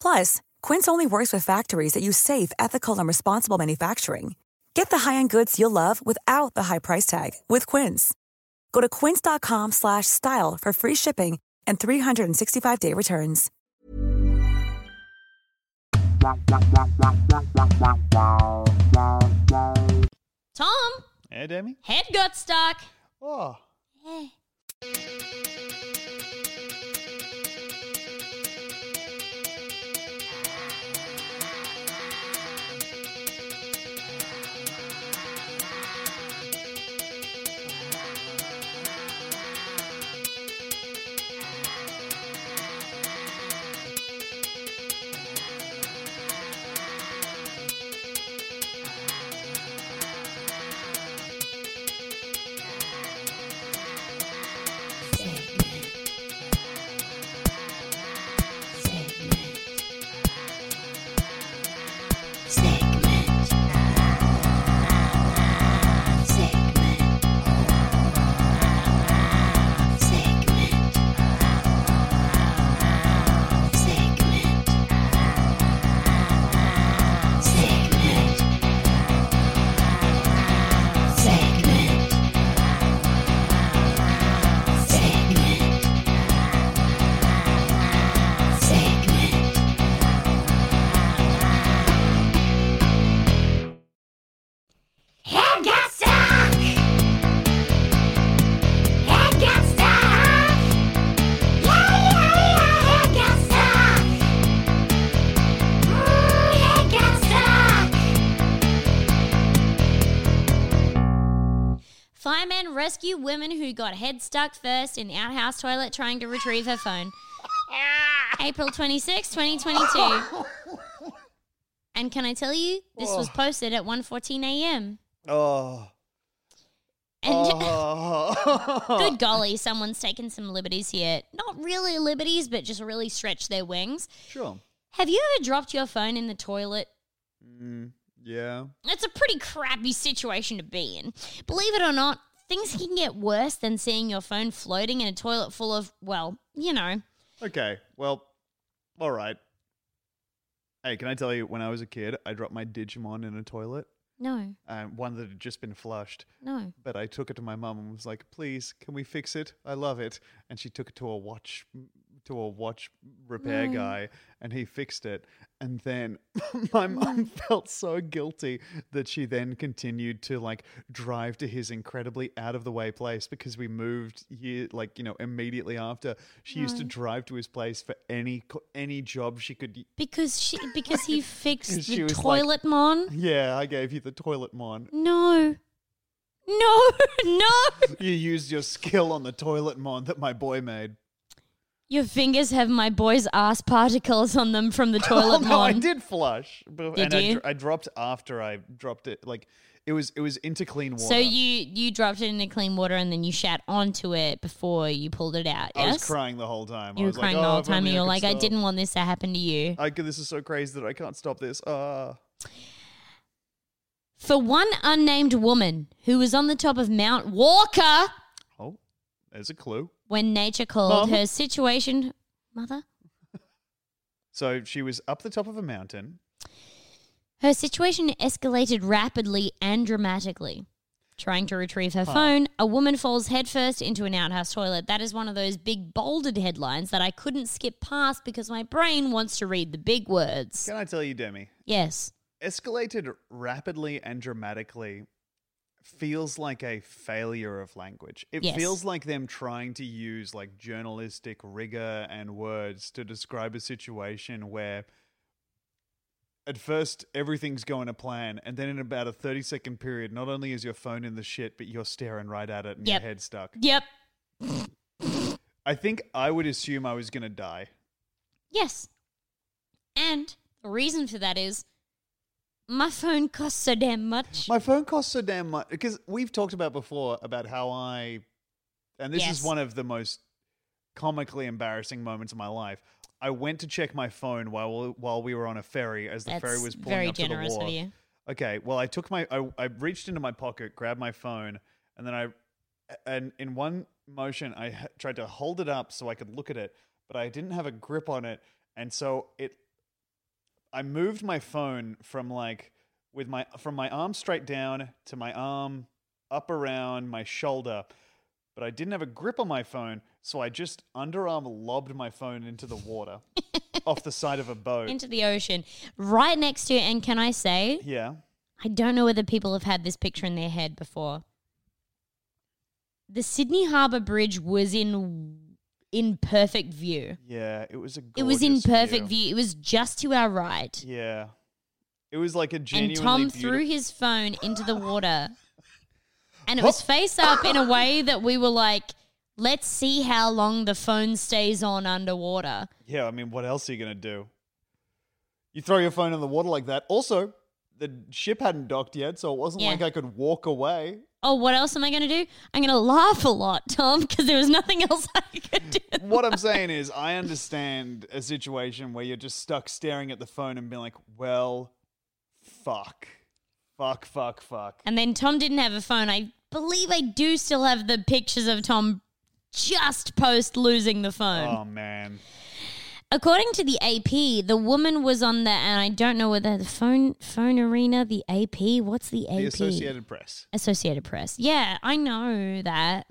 G: Plus, Quince only works with factories that use safe, ethical, and responsible manufacturing. Get the high-end goods you'll love without the high price tag with Quince. Go to quince.com/style slash style for free shipping and 365-day returns.
C: Tom,
B: Hey, Demi.
C: head got stuck.
B: Oh.
E: Head got stuck. Head got stuck. Yeah, yeah, yeah. Head got stuck. Ooh, head got stuck.
C: Firemen rescue women who got head stuck first in outhouse toilet trying to retrieve her phone. April 26, 2022. and can I tell you, this was posted at 1.14 a.m.
B: Oh.
C: And
B: Oh.
C: good golly, someone's taken some liberties here. Not really liberties, but just really stretched their wings.
B: Sure.
C: Have you ever dropped your phone in the toilet?
B: Mm, yeah.
C: It's a pretty crappy situation to be in. Believe it or not, things can get worse than seeing your phone floating in a toilet full of, well, you know.
B: Okay. Well, all right. Hey, can I tell you, when I was a kid, I dropped my Digimon in a toilet,
C: No,
B: um, one that had just been flushed.
C: no.
B: But I took it to my mum and was like, please, can we fix it? I love it. And she took it to a watch to a watch repair
C: No.
B: guy and he fixed it. And then my mum felt so guilty that she then continued to like drive to his incredibly out of the way place because we moved year like, you know, immediately after. She used to drive to his place for any co- any job she could
C: Because she because he fixed
B: She
C: the
B: was like-
C: toilet mon.
B: Yeah, I gave you the toilet mon.
C: No. No, no.
B: You used your skill on the toilet mon that my boy made.
C: Your fingers have my boy's ass particles on them from the toilet
B: Oh, no, I
C: mon.
B: did flush, but,
C: Did
B: and I,
C: you?
B: dr- I dropped after I dropped it. Like it was, it was into clean water.
C: So you you dropped it into clean water and then you shat onto it before you pulled it out.
B: I
C: yes.
B: was crying the whole time.
C: You
B: I
C: were
B: was
C: crying
B: like,
C: the
B: "Oh,
C: whole
B: if
C: time.
B: only
C: and You were like,
B: could
C: I
B: stop.
C: didn't want this to happen to you.
B: I could- this is so crazy that I can't stop this. Uh,
C: For one unnamed woman who was on the top of Mount Walker
B: oh, there's a clue.
C: when nature called
B: Mum?
C: her situation. Mother?
B: So she was up the top of a mountain.
C: Her situation escalated rapidly and dramatically. Trying to retrieve her
B: Huh.
C: phone, a woman falls headfirst into an outhouse toilet. That is one of those big bolded headlines that I couldn't skip past because my brain wants to read the big words.
B: Can I tell you, Demi?
C: Yes.
B: Escalated rapidly and dramatically feels like a failure of language. It
C: Yes.
B: feels like them trying to use like journalistic rigor and words to describe a situation where at first everything's going to plan and then in about a 30 second period not only is your phone in the shit but you're staring right at it and
C: Yep.
B: your head stuck.
C: Yep.
B: I think I would assume I was going to die.
C: Yes. And the reason for that is my phone costs so damn much.
B: My phone costs so damn much because we've talked about before about how I, and this
C: Yes.
B: is one of the most comically embarrassing moments of my life. I went to check my phone while while we were on a ferry as the
C: That's
B: ferry was pulling
C: very
B: up
C: generous
B: to the
C: of
B: wharf.
C: you.
B: Okay, well I took my I, I reached into my pocket, grabbed my phone, and then I and in one motion, I h- tried to hold it up so I could look at it, but I didn't have a grip on it, and so it. I moved my phone from like with my from my arm straight down to my arm up around my shoulder, but I didn't have a grip on my phone, so I just underarm lobbed my phone into the water, off the side of a boat.
C: into the ocean right next to and can I say
B: yeah.
C: I don't know whether people have had this picture in their head before. The Sydney Harbour Bridge was in in perfect view.
B: Yeah, it was a.
C: It was in
B: gorgeous
C: perfect view. It was just to our right.
B: Yeah, it was like a
C: And
B: genuinely.
C: Tom
B: beautiful-
C: threw his phone into the water. and it
B: Hop.
C: was face up in a way that we were like, let's see how long the phone stays on underwater.
B: Yeah, I mean, what else are you gonna do? You throw your phone in the water like that. Also, the ship hadn't docked yet, so it wasn't
C: Yeah.
B: like I could walk away.
C: Oh, what else am I going to do? I'm going to laugh a lot, Tom, because there was nothing else I could do.
B: What I'm saying is, I understand a situation where you're just stuck staring at the phone and being like, "Well, fuck, fuck, fuck, fuck."
C: And then Tom didn't have a phone. I believe I do still have the pictures of Tom just post losing the phone.
B: Oh man,
C: According to the AP, the woman was on the and I don't know whether the phone phone arena, the AP, what's the AP?
B: the Associated Press.
C: Associated Press. Yeah, I know that.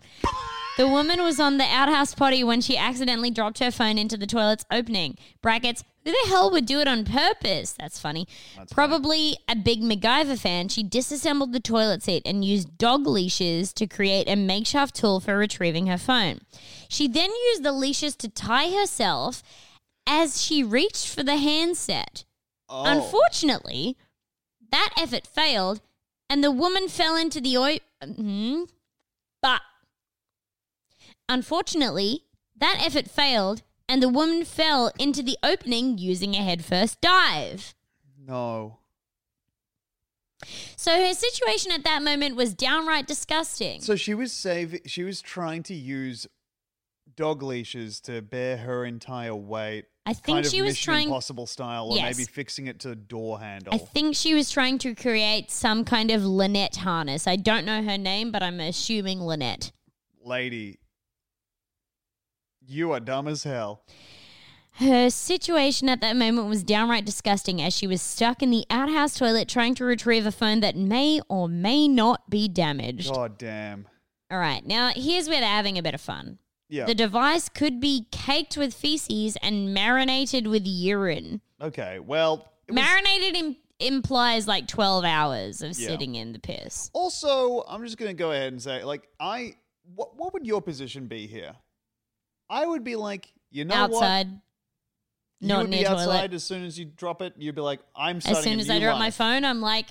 C: The woman was on the outhouse potty when she accidentally dropped her phone into the toilet's opening. Brackets. Who the hell would do it on purpose? That's funny. Probably a big MacGyver fan. She disassembled the toilet seat and used dog leashes to create a makeshift tool for retrieving her phone. She then used the leashes to tie herself as she reached for the handset.
B: Oh,
C: Unfortunately, that effort failed, and the woman fell into the oil. hmm But unfortunately, that effort failed, and the woman fell into the opening using a headfirst dive.
B: no.
C: So her situation at that moment was downright disgusting.
B: So she was saving. She was trying to use dog leashes to bear her entire weight.
C: I think
B: kind of
C: she was
B: Mission
C: trying-
B: Impossible style, or
C: Yes.
B: maybe fixing it to a door handle.
C: I think she was trying to create some kind of Lynette harness. I don't know her name, but I'm assuming Lynette.
B: Lady, you are dumb as hell.
C: Her situation at that moment was downright disgusting as she was stuck in the outhouse toilet trying to retrieve a phone that may or may not be damaged.
B: God damn.
C: All right, now here's where they're having a bit of fun.
B: Yeah.
C: The device could be caked with feces and marinated with urine.
B: okay. Well. it was-
C: Marinated im- implies like 12 hours of
B: Yeah.
C: sitting in the piss.
B: also, I'm just gonna go ahead and say, like, I what what would your position be here? I would be like, you know what?
C: Outside,
B: You
C: not
B: would
C: near
B: be
C: toilet.
B: outside as soon as you drop it. You'd be like, I'm starting
C: as soon
B: a
C: as
B: new
C: I drop my
B: life.
C: phone, I'm like,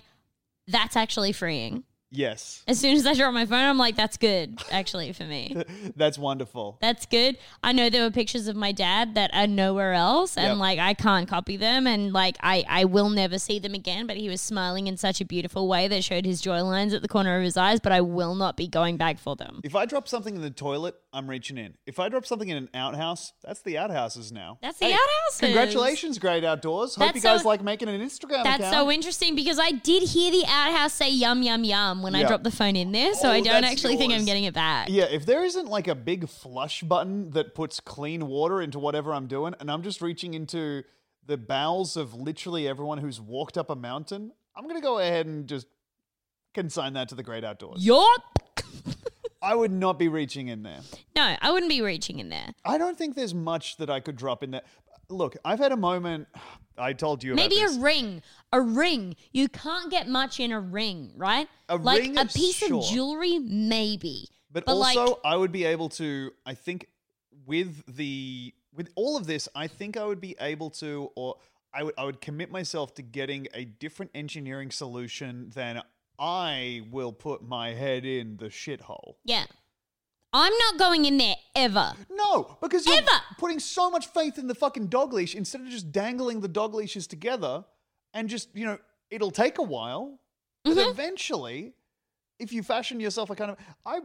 C: that's actually freeing.
B: Yes.
C: As soon as I drop my phone, I'm like, that's good actually for me.
B: That's wonderful.
C: That's good. I know there were pictures of my dad that are nowhere else, and
B: Yep.
C: like I can't copy them, and like I I will never see them again. But he was smiling in such a beautiful way that showed his joy lines at the corner of his eyes. But I will not be going back for them.
B: If I drop something in the toilet, I'm reaching in. If I drop something in an outhouse, that's the outhouses now.
C: That's the outhouses.
B: Congratulations, great outdoors. Hope
C: That's
B: you guys
C: so-
B: like making an Instagram
C: That's
B: account.
C: so interesting because I did hear the outhouse say yum yum yum when I
B: Yeah.
C: dropped the phone in there, so
B: Oh,
C: I don't
B: that's
C: actually think I'm
B: yours.
C: getting it back.
B: yeah, if there isn't like a big flush button that puts clean water into whatever I'm doing, and I'm just reaching into the bowels of literally everyone who's walked up a mountain, I'm gonna go ahead and just consign that to the great outdoors.
C: Yup.
B: I would not be reaching in there.
C: No, I wouldn't be reaching in there.
B: I don't think there's much that I could drop in there. Look, I've had a moment. I told you
C: Maybe
B: about
C: a
B: this.
C: ring. A ring. You can't get much in a ring, right?
B: A
C: like
B: ring
C: a
B: is
C: piece
B: sure.
C: of jewelry, maybe.
B: But,
C: like,
B: also, I would be able to. I think with the with all of this, I think I would be able to, or I would I would commit myself to getting a different engineering solution than I will put my head in the shithole.
C: yeah. I'm not going in there ever.
B: No, because you're
C: Ever.
B: putting so much faith in the fucking dog leash instead of just dangling the dog leashes together and just, you know, it'll take a while, but
C: Mm-hmm.
B: eventually if you fashion yourself a kind of I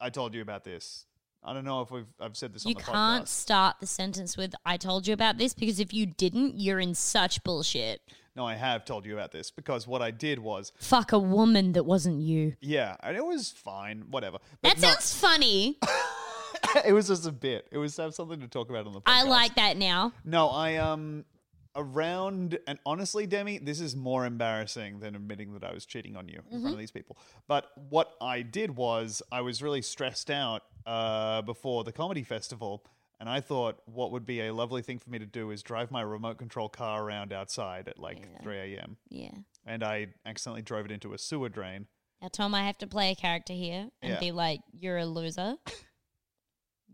B: I told you about this. I don't know if we've I've said this
C: You
B: on the
C: can't
B: podcast.
C: start the sentence with "I told you about this" because if you didn't, you're in such bullshit.
B: No, I have told you about this because what I did was,
C: Fuck a woman that wasn't you.
B: yeah, and it was fine, whatever.
C: That
B: no- Oh
C: sounds funny.
B: it was just a bit. It was to have something to talk about on the podcast.
C: I like that now.
B: No, I um around and honestly, Demi, this is more embarrassing than admitting that I was cheating on you in
C: Mm-hmm.
B: front of these people. But what I did was I was really stressed out uh, before the comedy festival. And I thought what would be a lovely thing for me to do is drive my remote control car around outside at like 3 a.m.
C: Yeah.
B: And I accidentally drove it into a sewer drain.
C: Now, Tom, I have to play a character here and
B: Yeah.
C: be like, "You're a loser."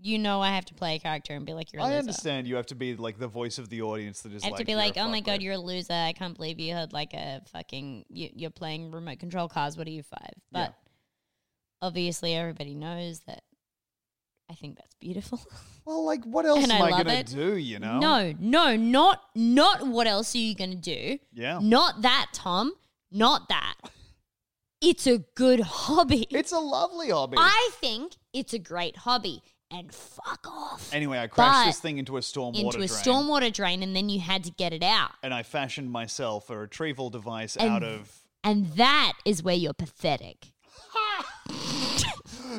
C: you know, I have to play a character and be like, "You're a
B: I
C: loser."
B: understand you have to be like the voice of the audience that is
C: I have
B: like,
C: to be
B: "You're a
C: like, "Oh my god,
B: fuckwit."
C: you're a loser! I can't believe you had like a fucking you, you're playing remote control cars. What are you five? But
B: Yeah.
C: obviously, everybody knows that. I think that's beautiful.
B: Well, like, what else
C: And
B: am
C: I
B: I,
C: love
B: going
C: it.
B: to do, you know?
C: No, no, not not what else are you gonna do?
B: Yeah.
C: Not that, Tom. Not that. It's a good hobby.
B: It's a lovely hobby.
C: I think it's a great hobby. And fuck off.
B: Anyway, I crashed
C: But
B: this thing into a stormwater
C: into a
B: drain,
C: stormwater drain and then you had to get it out.
B: and I fashioned myself a retrieval device
C: And-
B: out of
C: And that is where you're pathetic.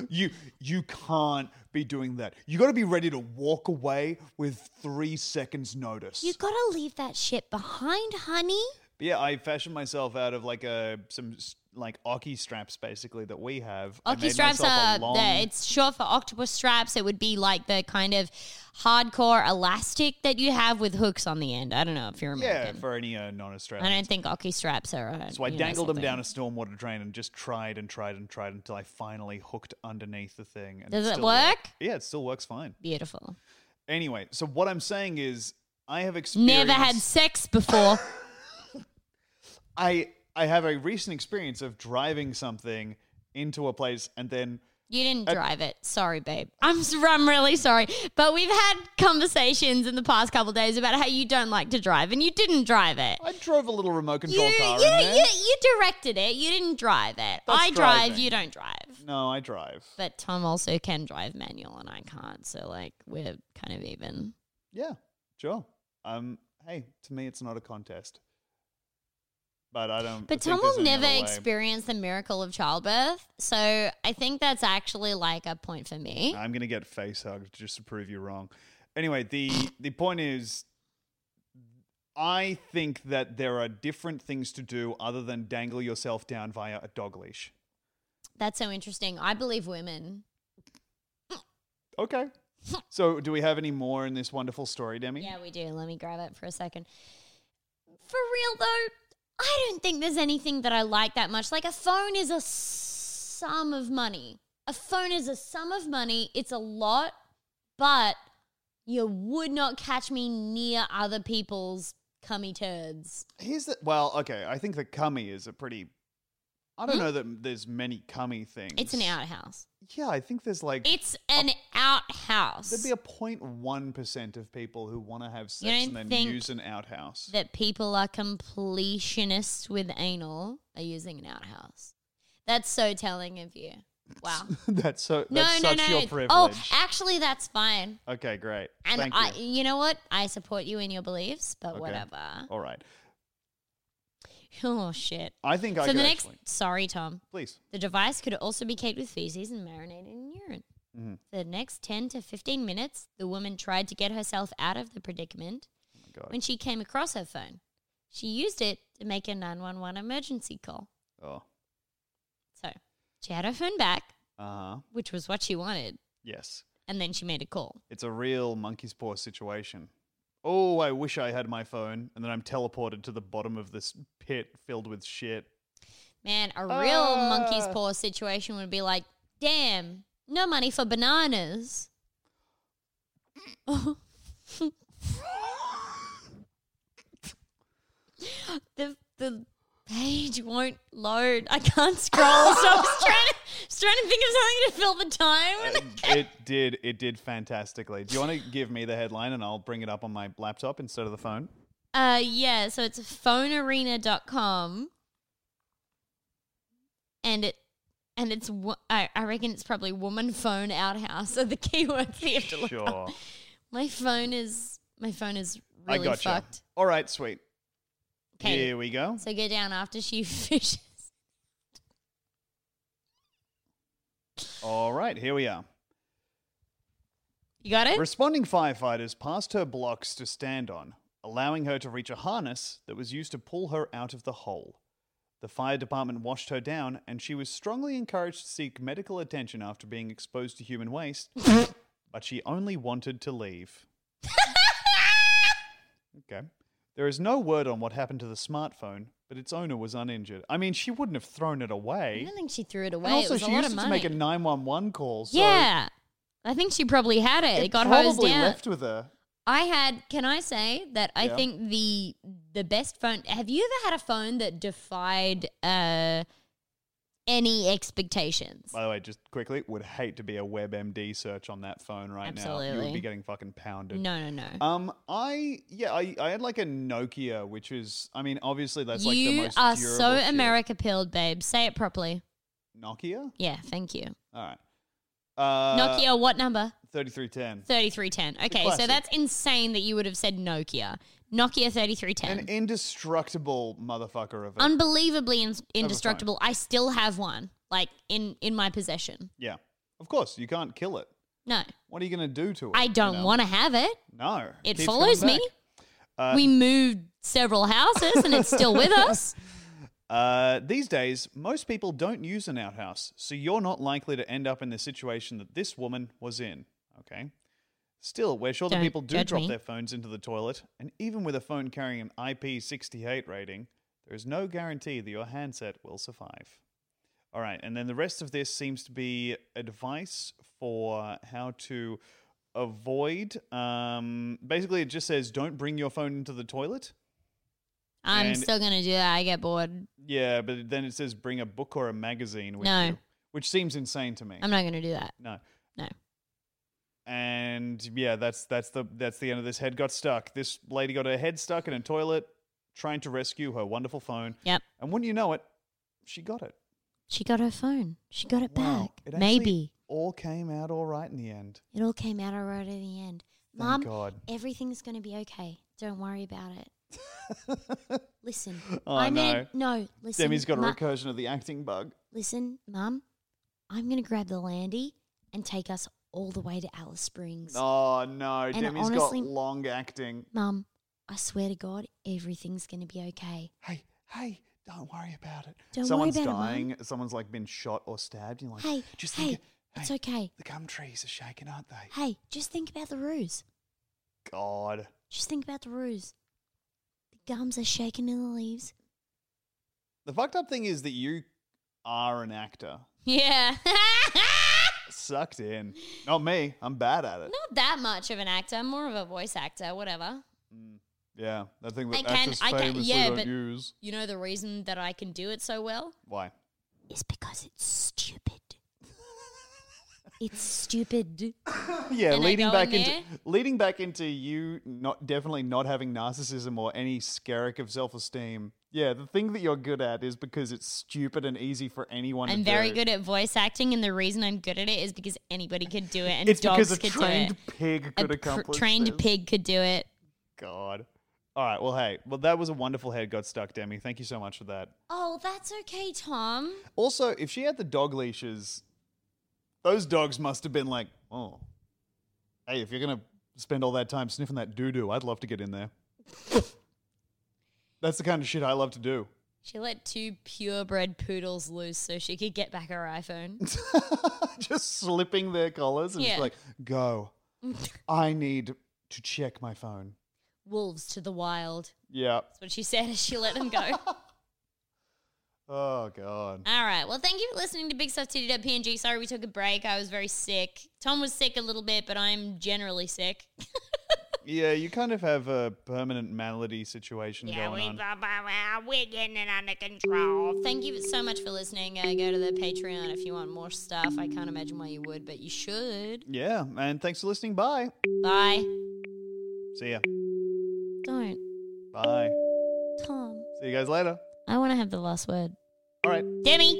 B: you. You can't be doing that. You got to be ready to walk away with three seconds notice.
C: You gotta leave that shit behind, honey.
B: But yeah, I fashioned myself out of like a some s- like oki straps basically that we have. I
C: Oki
B: made
C: straps
B: myself a
C: are,
B: long-
C: the, it's short for octopus straps. It would be like the kind of hardcore elastic that you have with hooks on the end. I don't know if you're
B: yeah
C: American.
B: for any uh, non-Australian.
C: I don't think Oki straps are. uh,
B: So I
C: you know,
B: dangled them
C: something.
B: down a stormwater drain and just tried and tried and tried until I finally hooked underneath the thing. And
C: Does it
B: still
C: work?
B: Yeah, it still works fine.
C: Beautiful.
B: Anyway, so what I'm saying is I have experienced
C: Never had sex before.
B: I I have a recent experience of driving something into a place and then
C: You didn't drive it. Sorry, babe. I'm s- I'm really sorry. But we've had conversations in the past couple days about how you don't like to drive and you didn't drive it.
B: I drove a little remote
C: You,
B: control
C: you,
B: car in there.
C: you, you directed it. You didn't drive it. I drive,
B: driving.
C: you don't drive.
B: No, I drive.
C: But Tom also can drive manual and I can't. So, like, we're kind of even.
B: Yeah, sure. Um hey, to me it's not a contest. But I don't
C: But
B: think
C: Tom
B: there's
C: will
B: any other
C: never
B: way.
C: experience the miracle of childbirth. So, I think that's actually like a point for me.
B: I'm gonna get face hugged just to prove you wrong. Anyway, the the point is, I think that there are different things to do other than dangle yourself down via a dog leash.
C: That's so interesting. I believe women.
B: Okay. So, do we have any more in this wonderful story, Demi?
C: Yeah, we do. Let me grab it for a second. For real though, I don't think there's anything that I like that much. Like a phone is a sum of money. A phone is a sum of money. It's a lot, but you would not catch me near other people's cummy turds.
B: Here's the well. Okay, I think the cummy is a pretty. I don't know that there's many cummy things.
C: Hmm? It's an outhouse.
B: Yeah, I think there's like
C: It's an outhouse.
B: there'd be a 0.1 percent of people who want to have
C: You
B: sex
C: don't
B: and then
C: think
B: use an outhouse.
C: that people are completionists with anal are using an outhouse. That's so telling of you. Wow.
B: that's so. That's
C: No, no,
B: such
C: no.
B: your privilege.
C: Oh, actually, that's fine.
B: Okay, great.
C: And
B: Thank
C: I, e
B: you.
C: you. know what? I support you in your beliefs, but
B: Okay.
C: whatever.
B: All right.
C: Oh shit.
B: I think I
C: so
B: could
C: the next,
B: actually-
C: sorry, Tom.
B: Please.
C: The device could also be caked with feces and marinated in urine.
B: Mhm.
C: For the next ten to fifteen minutes, the woman tried to get herself out of the predicament
B: Oh my God.
C: when she came across her phone. She used it to make a nine one one emergency call.
B: oh.
C: So she had her phone back,
B: Uh huh.
C: which was what she wanted,
B: Yes.
C: and then she made a call.
B: It's a real monkey's paw situation. Oh, I wish I had my phone, and then I'm teleported to the bottom of this pit filled with shit.
C: Man, a real monkey's
B: Ah.
C: paw situation would be like, damn, no money for bananas. the the page won't load. I can't scroll, so I was trying to, was trying to think of something to fill the
B: Uh,
C: time.
B: it did. It did fantastically. Do you want to give me the headline, and I'll bring it up on my laptop instead of the phone?
C: Uh, yeah, so it's phonearena.com. And it and it's wo- I, I reckon it's probably woman phone outhouse are the keywords that you have to look up.
B: Sure.
C: My phone is my phone is
B: I
C: really
B: gotcha.
C: fucked.
B: All right, sweet.
C: Okay,
B: Here we go.
C: so go down after she fishes.
B: All right, here we are.
C: You got it?
B: Responding firefighters passed her blocks to stand on, allowing her to reach a harness that was used to pull her out of the hole. The fire department washed her down, and she was strongly encouraged to seek medical attention after being exposed to human waste, but she only wanted to leave. okay. There is no word on what happened to the smartphone, but its owner was uninjured. I mean, she wouldn't have thrown it
C: I
B: away.
C: don't think she threw it away.
B: And also,
C: it was
B: she
C: a lot
B: used
C: of
B: it
C: money.
B: to make a 911 call, so
C: yeah, I think she probably had it. It,
B: it
C: got
B: probably
C: hosed down.
B: left with her.
C: I had. Can I say that I
B: Yeah.
C: think the the best phone. Have you ever had a phone that defied uh, any expectations?
B: By the way, just quickly, would hate to be a WebMD search on that phone right now. You would
C: Absolutely.
B: be getting fucking pounded.
C: No, no, no.
B: Um, I yeah, I, I had like a Nokia, which is, I mean, obviously that's like the
C: you
B: most
C: are
B: durable
C: so
B: shit.
C: America pilled, babe. Say it properly.
B: Nokia.
C: Yeah, thank you.
B: All right. Uh,
C: Nokia, what number?
B: thirty-three ten.
C: 3310. Okay, so
B: classic.
C: that's insane that you would have said Nokia. Nokia
B: An
C: 3310.
B: indestructible motherfucker of it.
C: Unbelievably in- indestructible. I still have one, like in in my possession.
B: yeah, of course you can't kill it.
C: No,
B: What are you gonna do to it?
C: I don't want to have it.
B: to. No,
C: It
B: keeps
C: follows
B: coming
C: me.
B: back. Uh,
C: we moved several houses and it's still with us.
B: Uh, these days, most people don't use an outhouse, so you're not likely to end up in the situation that this woman was in. Okay. Still, we're sure that
C: Don't
B: people do
C: judge
B: drop
C: me.
B: their phones into the toilet, and even with a phone carrying an IP68 rating, there is no guarantee that your handset will survive. All right, and then the rest of this seems to be advice for how to avoid. Um, basically, it just says don't bring your phone into the toilet.
C: I'm
B: And-
C: still going to do that. I get bored.
B: Yeah, but then it says bring a book or a magazine with
C: No.
B: you, which seems insane to me.
C: I'm not going to do that.
B: no.
C: No.
B: And yeah, that's that's the that's the end of this. Head got stuck. This lady got her head stuck in a toilet, trying to rescue her wonderful phone.
C: Yep.
B: And wouldn't you know it, she got it.
C: She got her phone. She got it
B: Wow.
C: back.
B: It actually
C: Maybe.
B: all came out all right in the end.
C: It all came out all right at the end.
B: Thank
C: Mom,
B: God.
C: everything's going to be okay. Don't worry about it. Listen.
B: Oh,
C: I'm
B: no.
C: Gonna, no, listen.
B: Demi's got a
C: Ma-
B: recursion of the acting bug.
C: Listen, Mum, I'm going to grab the landy and take us all the way to Alice Springs.
B: Oh no,
C: And
B: Demi's
C: honestly-
B: got long acting.
C: Mum, I swear to God, everything's going to be okay.
B: hey, hey, don't worry about it.
C: Don't worry
B: Someone's
C: about it, Mum.
B: dying. Someone's like been shot or stabbed. You're like,
C: hey,
B: just
C: hey,
B: think,
C: it's okay.
B: The gum trees are shaking, aren't they?
C: Hey, just think about the ruse.
B: God.
C: Just think about the ruse. The gums are shaking in the leaves.
B: The fucked up thing is that you are an actor.
C: Yeah.
B: Sucked in. Not me. I'm bad at it.
C: Not that much of an actor. I'm more of a voice actor, whatever.
B: Yeah, that thing
C: I
B: that
C: can-
B: actors
C: I can-
B: famously
C: yeah,
B: don't
C: but-
B: use.
C: You know the reason that I can do it so well?
B: Why?
C: Is because it's stupid. it's stupid.
B: Yeah,
C: And I
B: leading
C: go
B: back
C: in
B: into
C: there?
B: leading back into you not definitely not having narcissism or any skerrick of self esteem. Yeah, the thing that you're good at is because it's stupid and easy for anyone.
C: I'm
B: to
C: very
B: do.
C: good at voice acting, and the reason I'm good at it is because anybody could do it, and
B: it's
C: dogs
B: because a
C: could do
B: trained
C: it.
B: pig
C: A
B: could
C: pr-
B: accomplish
C: trained
B: this.
C: pig could do it.
B: God. All right. Well, hey. Well, that was a wonderful head got stuck, Demi. Thank you so much for that.
C: Oh, that's okay, Tom.
B: Also, if she had the dog leashes, those dogs must have been like, oh, hey, if you're gonna spend all that time sniffing that doo doo, I'd love to get in there. That's the kind of shit I love to do.
C: She let two purebred poodles loose so she could get back her iPhone.
B: just slipping their collars and
C: Yeah.
B: just like, go. I need to check my phone.
C: Wolves to the wild.
B: Yeah.
C: That's what she said as she let them go. All
B: Oh god.
C: right. Well, thank you for listening to Big Stuff TDWPNG. Sorry we took a break. I was very sick. Tom was sick a little bit, but I'm generally sick.
B: Yeah, you kind of have a permanent malady situation
E: Yeah,
B: going
E: we,
B: on.
E: blah, blah, blah, we're getting it under control.
C: Thank you so much for listening. Uh, go to the Patreon if you want more stuff. I can't imagine why you would, but you should.
B: Yeah, and thanks for listening. Bye.
C: Bye.
B: See ya.
C: Don't.
B: Bye.
C: Tom,
B: See you guys later.
C: I want to have the last word.
B: All right.
C: Demi!